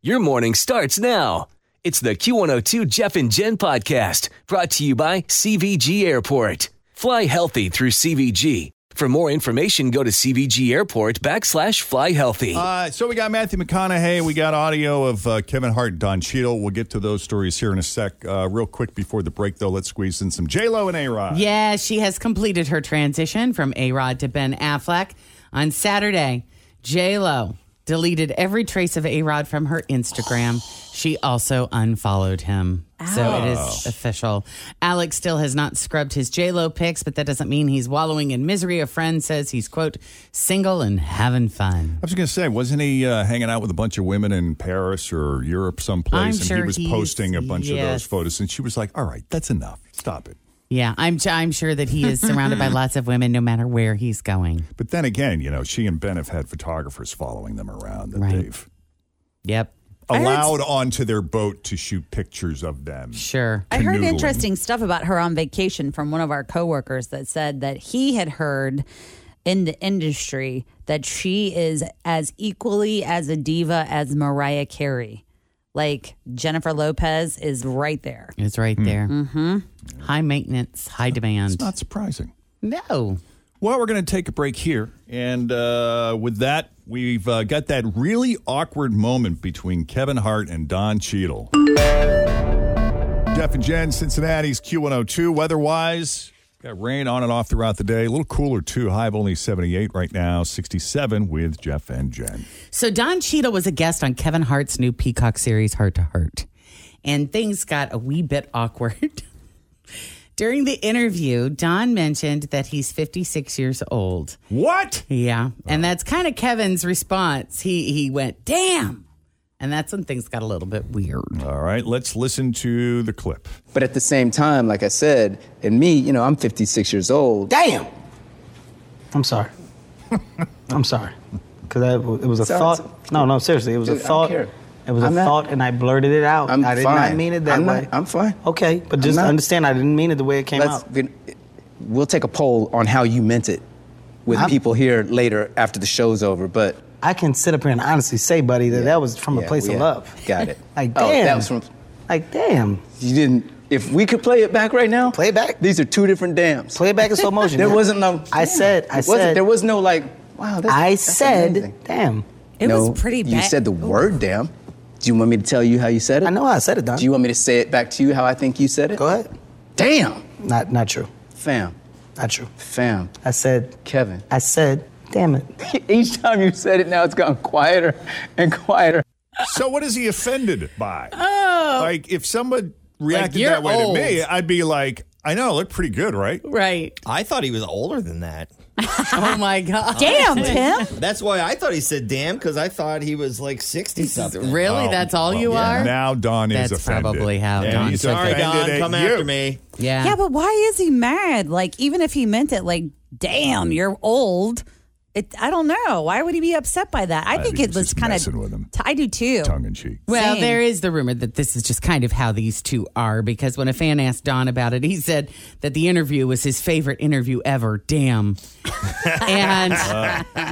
Your morning starts now. It's the Q102 Jeff and Jen podcast brought to you by CVG Airport. Fly healthy through CVG. For more information, go to CVG Airport backslash fly healthy. Uh, so we got Matthew McConaughey. We got audio of uh, Kevin Hart and Don Cheadle. We'll get to those stories here in a sec. Uh, real quick before the break, though, let's squeeze in some J Lo and A Rod. Yeah, she has completed her transition from A Rod to Ben Affleck on Saturday. J Lo deleted every trace of A Rod from her Instagram. She also unfollowed him. So it is official. Alex still has not scrubbed his J-Lo pics, but that doesn't mean he's wallowing in misery. A friend says he's, quote, single and having fun. I was going to say, wasn't he uh, hanging out with a bunch of women in Paris or Europe someplace? I'm and he sure was he's- posting a bunch of yes. those photos. And she was like, all right, that's enough. Stop it. Yeah, I'm, I'm sure that he is surrounded by lots of women no matter where he's going. But then again, you know, she and Ben have had photographers following them around that Right. they've Yep, allowed onto their boat to shoot pictures of them. sure. I heard Canoodling. interesting stuff about her on vacation from one of our coworkers that said that he had heard in the industry that she is as equally as a diva as Mariah Carey. Like Jennifer Lopez is right there. It's right there. Mm-hmm. High maintenance, high demand. It's not surprising. no. Well, we're going to take a break here. And uh, with that, we've uh, got that really awkward moment between Kevin Hart and Don Cheadle. Jeff and Jen, Cincinnati's Q102. Weather wise, got rain on and off throughout the day. A little cooler, too. High of only 78 right now, 67 with Jeff and Jen. So Don Cheadle was a guest on Kevin Hart's new Peacock series, Heart to Heart, and things got a wee bit awkward. During the interview, Don mentioned that he's 56 years old. What? Yeah, and that's kind of Kevin's response. He he went, "Damn," and that's when things got a little bit weird. All right, let's listen to the clip. But at the same time, like I said, and me, you know, I'm 56 years old. Damn. I'm sorry. I'm sorry. Because it was a Sorry, thought. No, no, seriously, it was Dude, a I don't thought. care. It was a I'm not- thought, and I blurted it out. I'm I did fine. not mean it that I'm not- way. I'm fine. Okay, but I'm just not. understand, I didn't mean it the way it came Let's, out. we'll take a poll on how you meant it with I'm- people here later after the show's over. But I can sit up here and honestly say, buddy, that that was from yeah, a place we- of yeah, love. Got it. Like, Oh, damn. that was from. Like, damn. You didn't. If we could play it back right now, Play it back? These are two different dams. Play it back in slow motion. There wasn't no. I said, I It wasn't- said. There was no like. Wow. That's, I that's said, amazing. damn. It no, was pretty bad. You said the word damn. Do you want me to tell you how you said it? I know how I said it, Don. Do you want me to say it back to you how I think you said it? Go ahead. Damn. Not, not true. Fam. Not true. Fam. I said, Kevin. I said, damn it. Each time you said it, now it's gotten quieter and quieter. So what is he offended by? Oh. Like if someone reacted you're that way old. to me, I'd be like, I know, I look pretty good, right? Right? I thought he was older than that. Oh my god! Damn, Tim. That's why I thought he said damn because I thought he was like 60 something. Really? Oh, that's all well, you yeah. are? Now Don That's is offended. probably how And Don he's took it. Sorry, offended Don, at come you. after me. yeah. Yeah, but why is he mad? Like, even if he meant it, like, damn, you're old. It, I don't know. Why would he be upset by that? I, think, think it he's was just kind of. messing with him. I do too. Tongue in cheek. Well, Same. there is the rumor that this is just kind of how these two are because when a fan asked Don about it, he said that the interview was his favorite interview ever. Damn. and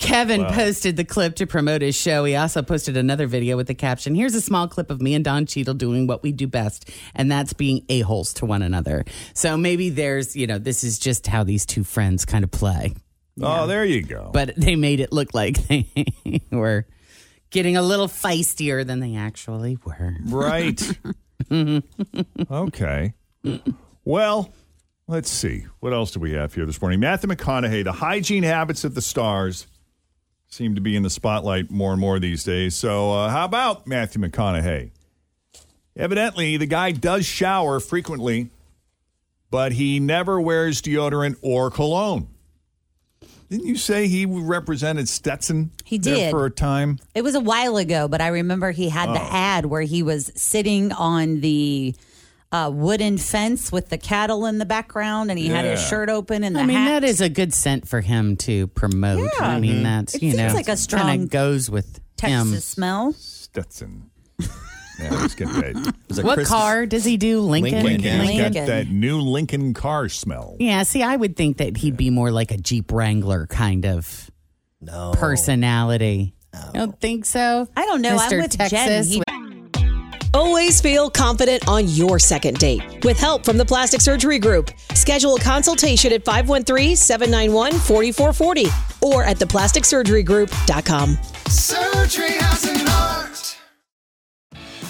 Kevin posted the clip to promote his show. He also posted another video with the caption Here's a small clip of me and Don Cheadle doing what we do best, and that's being a-holes to one another. So maybe there's, you know, this is just how these two friends kind of play. Oh, there you go. But they made it look like they were getting a little feistier than they actually were. Right. okay. Well, let's see. What else do we have here this morning? Matthew McConaughey, the hygiene habits of the stars seem to be in the spotlight more and more these days. So, uh, how about Matthew McConaughey? Evidently, the guy does shower frequently, but he never wears deodorant or cologne. Didn't you say he represented Stetson? He there did. for a time. It was a while ago, but I remember he had Oh. the ad where he was sitting on the uh, wooden fence with the cattle in the background, and he had his Yeah. shirt open and the I mean, hat. that is a good scent for him to promote. I Mm-hmm. mean, that's It you seems know, like a kind strong of goes with Texas smell. Stetson. Yeah, let's get that. was a him. What Christmas- car does he do? Lincoln. Lincoln, yeah. He's got Lincoln. that new Lincoln car smell. Yeah, see, I would think that he'd be more like a Jeep Wrangler kind of No. personality. Don't think so. I don't know. Mr. I'm with Jen. Texas. He- Always feel confident on your second date with help from the Plastic Surgery Group. Schedule a consultation at 513 791 4440 or at theplasticsurgerygroup.com. Surgery has an art.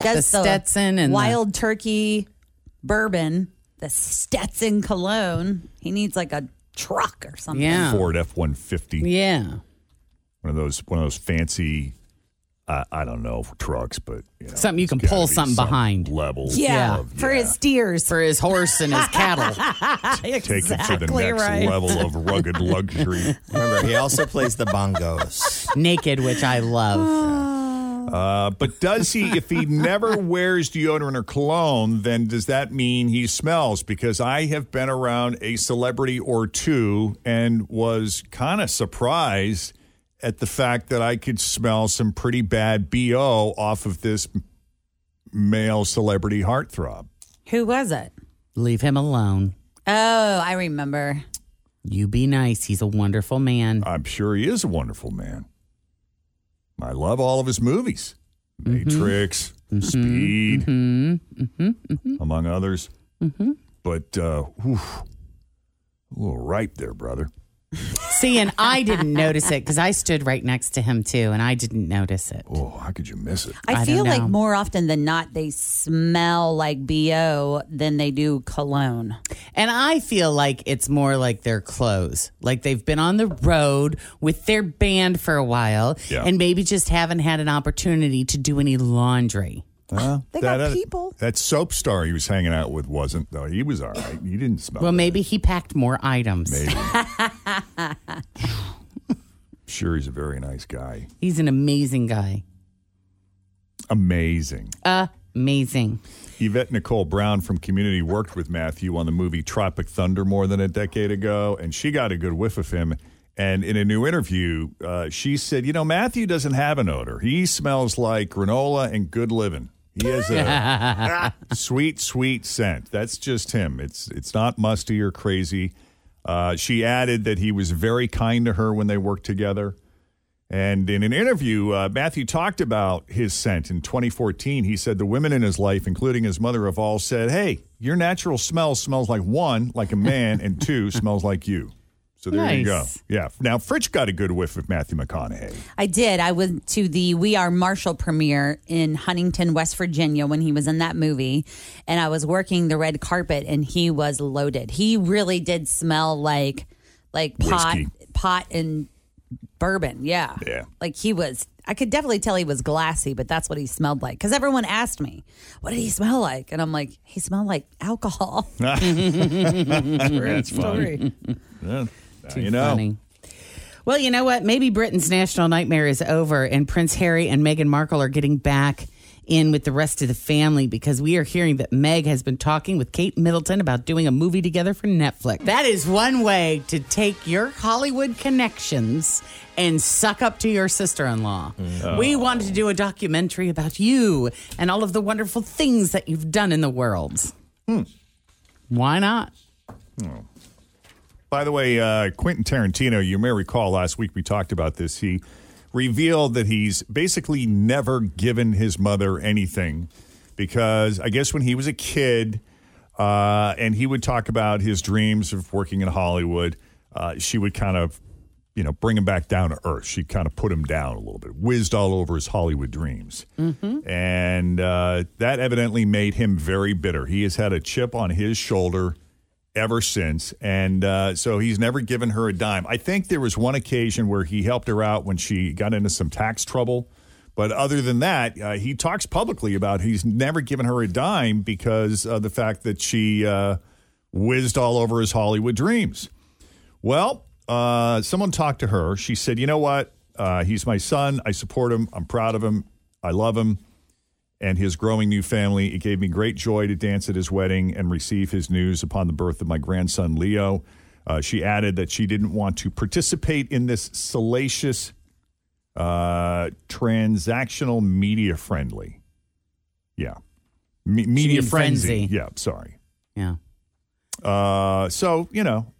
does The Stetson and the- wild turkey bourbon, the Stetson cologne. He needs like a truck or something. Yeah. Ford F one fifty. Yeah. One of those one of those fancy uh, I don't know trucks, but you know, Something you it's can gotta pull be something some behind. Level. Yeah, of- for yeah, his steers. For his horse and his cattle. Take it to the Exactly next right. level of rugged luxury. Remember, he also plays the bongos. Naked, which I Oh. love. Uh, but does he, if he never wears deodorant or cologne, then does that mean he smells? Because I have been around a celebrity or two and was kind of surprised at the fact that I could smell some pretty bad BO off of this male celebrity heartthrob. Who was it? Leave him alone. Oh, I remember. You be nice. He's a wonderful man. I'm sure he is a wonderful man. I love all of his movies Mm-hmm. Matrix, Speed, Mm-hmm. among others. But, uh, whew, a little ripe there, brother. See, and I didn't notice it because I stood right next to him too, and I didn't notice it. Oh, how could you miss it? I I, don't feel like know. more often than not, they smell like BO than they do cologne. And I feel like it's more like their clothes. Like they've been on the road with their band for a while Yeah. and maybe just haven't had an opportunity to do any laundry. Huh? They got other- people. That soap star he was hanging out with wasn't, though. He was all right. He didn't smell Well, bad. maybe he packed more items. Maybe. sure, he's a very nice guy. He's an amazing guy. Amazing. Amazing. Yvette Nicole Brown from Community worked with Matthew on the movie Tropic Thunder more than a decade ago, and she got a good whiff of him. And in a new interview, uh, she said, "You know, Matthew doesn't have an odor. He smells like granola and good living. He has a sweet, sweet scent. That's just him. It's it's not musty or crazy." Uh, she added that he was very kind to her when they worked together. And in an interview, uh, Matthew talked about his scent in 2014. He said the women in his life, including his mother, have all said, "Hey, your natural smell smells like one, like a man, and two, smells like you." So there you go. Nice. Yeah. Now Fritch got a good whiff of Matthew McConaughey. I did. I went to the We Are Marshall premiere in Huntington, West Virginia when he was in that movie. And I was working the red carpet and he was loaded. He really did smell like like pot Whiskey. pot and bourbon. Yeah. Yeah. Like he was I could definitely tell he was glassy, but that's what he smelled like. Because everyone asked me, what did he smell like? And I'm like, he smelled like alcohol. That's funny. Yeah. Now you know. Funny. Well, you know what? Maybe Britain's national nightmare is over, and Prince Harry and Meghan Markle are getting back in with the rest of the family because we are hearing that Meg has been talking with Kate Middleton about doing a movie together for Netflix. That is one way to take your Hollywood connections and suck up to your sister in law. Mm. We Oh. wanted to do a documentary about you and all of the wonderful things that you've done in the world. Hmm. Why not? By the way, uh, Quentin Tarantino, you may recall last week we talked about this. He revealed that he's basically never given his mother anything because I guess when he was a kid uh, and he would talk about his dreams of working in Hollywood, uh, she would kind of, you know, bring him back down to earth. She kind of put him down a little bit, whizzed all over his Hollywood dreams. Mm-hmm. And uh, that evidently made him very bitter. He has had a chip on his shoulder ever since. And uh, so he's never given her a dime. I think there was one occasion where he helped her out when she got into some tax trouble. But other than that, uh, he talks publicly about he's never given her a dime because of the fact that she uh, whizzed all over his Hollywood dreams. Well, uh, someone talked to her. She said, You know what? Uh, he's my son. I support him. I'm proud of him. I love him and his growing new family. It gave me great joy to dance at his wedding and receive his news upon the birth of my grandson, Leo. Uh, she added that she didn't want to participate in this salacious, uh, transactional, media friendly. Yeah. Me- media mean frenzy. frenzy. Yeah, sorry. Yeah. Uh, so, you know,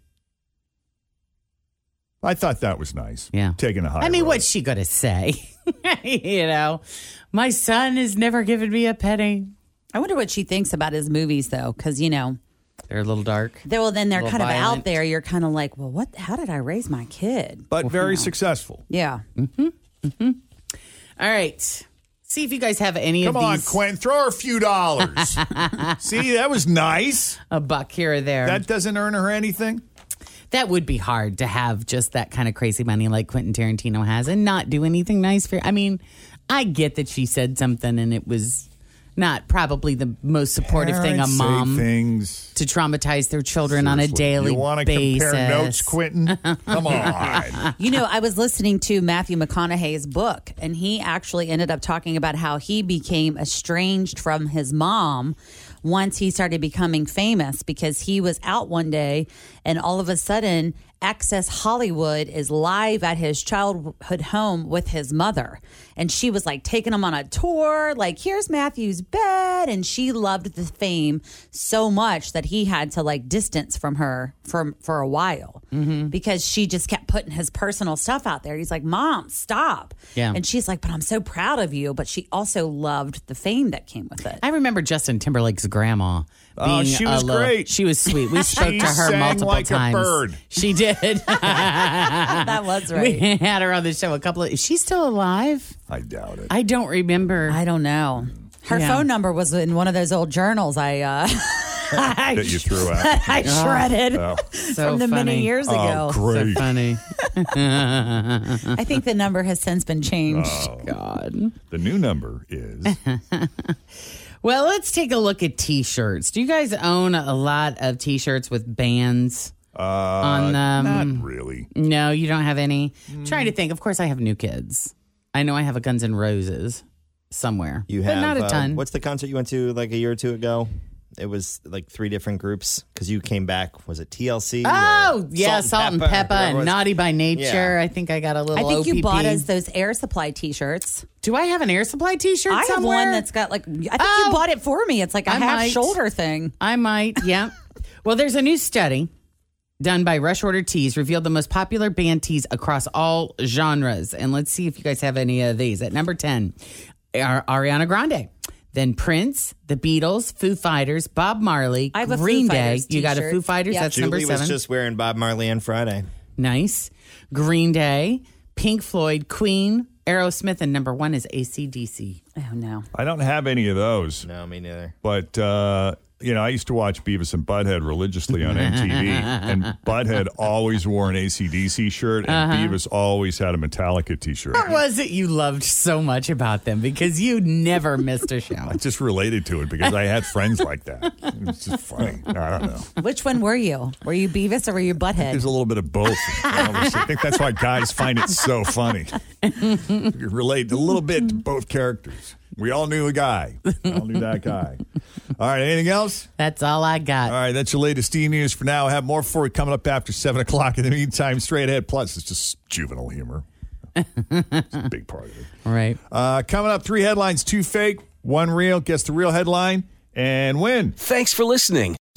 I thought that was nice. Yeah. Taking a high. I mean, road. what's she going to say? you know, my son has never given me a penny. I wonder what she thinks about his movies, though, because you know, They're a little dark. they're well, then they're Little kind of violent. out there. You're kind of like, well, what? How did I raise my kid? But very successful. Yeah, All right. See if you guys have any Come of on, these. Quinn, throw her a few dollars. See, that was nice. a buck here or there. That doesn't earn her anything. that would be hard to have just that kind of crazy money like Quentin Tarantino has and not do anything nice for. I mean, I get that she said something and it was not probably the most supportive thing a Parents say mom things. to traumatize their children on a daily you want to basis. compare notes, Quentin? Come on. you know, I was listening to Matthew McConaughey's book, and he actually ended up talking about how he became estranged from his mom once he started becoming famous because he was out one day, and all of a sudden, Access Hollywood is live at his childhood home with his mother. And she was like taking him on a tour, like, here's Matthew's bed. And she loved the fame so much that he had to like distance from her from for a while Mm-hmm. because she just kept putting his personal stuff out there. He's like, Mom, stop. Yeah. And she's like, But I'm so proud of you. But she also loved the fame that came with it. I remember Justin Timberlake's grandma. Oh, being she a was little- great. She was sweet. We spoke to her sang multiple like a times. bird. She did. that was we right. had her on the show a couple of. Is she still alive? I doubt it. I don't remember. I don't know. Her Yeah. phone number was in one of those old journals I uh I That you threw out. I shredded so from funny. the many years ago. Oh, great. So funny. I think the number has since been changed. Oh. God. The new number is Well, let's take a look at t-shirts. Do you guys own a lot of t-shirts with bands? uh, On, um, not really. No, you don't have any. I'm trying to think. Of course, I have new kids. I know I have a Guns N' Roses somewhere, You but have not a uh, ton. what's the concert you went to like a year or two ago? It was like three different groups because you came back. Was it TLC? Oh, or yeah, Salt and Pepper, whatever it and was? Naughty by Nature. Yeah. I think I got a I little. think you bought OPP. us those air supply t shirts. Do I have an Air Supply T-shirt? I have somewhere? one that's got like, I think Oh. you bought it for me. It's like a I half might. shoulder thing. I might, yeah. well, there's a new study done by Rush Order Tees revealed the most popular band tees across all genres. And let's see if you guys have any of these. At number 10 are Ariana Grande. Then Prince, The Beatles, Foo Fighters, Bob Marley, I have a Foo Green Day. Fighters You got a t-shirt. Foo Fighters. Yeah. That's Julie number seven. was just wearing Bob Marley on Friday. nice. Green Day, Pink Floyd, Queen, Aerosmith, and number one is ACDC. Oh, no. I don't have any of those. No, me neither. But uh, you know, I used to watch Beavis and Butthead religiously on MTV, and Butthead always wore an ACDC shirt, and Beavis always had a Metallica T-shirt. What was it you loved so much about them? Because you never missed a show. I just related to it because I had friends like that. It's just funny. I don't know. Which one were you? Were you Beavis or were you Butthead? There's a little bit of both. I think that's why guys find it so funny. You relate a little bit to both characters. We all knew a guy. We all knew that guy. All right. Anything else? That's all I got. All right. That's your latest E news for now. Have more for you coming up after seven o'clock. In the meantime, straight ahead. Plus, it's just juvenile humor. it's a big part of it. Right. Uh, coming up, three headlines: two fake, one real. Guess the real headline and win. Thanks for listening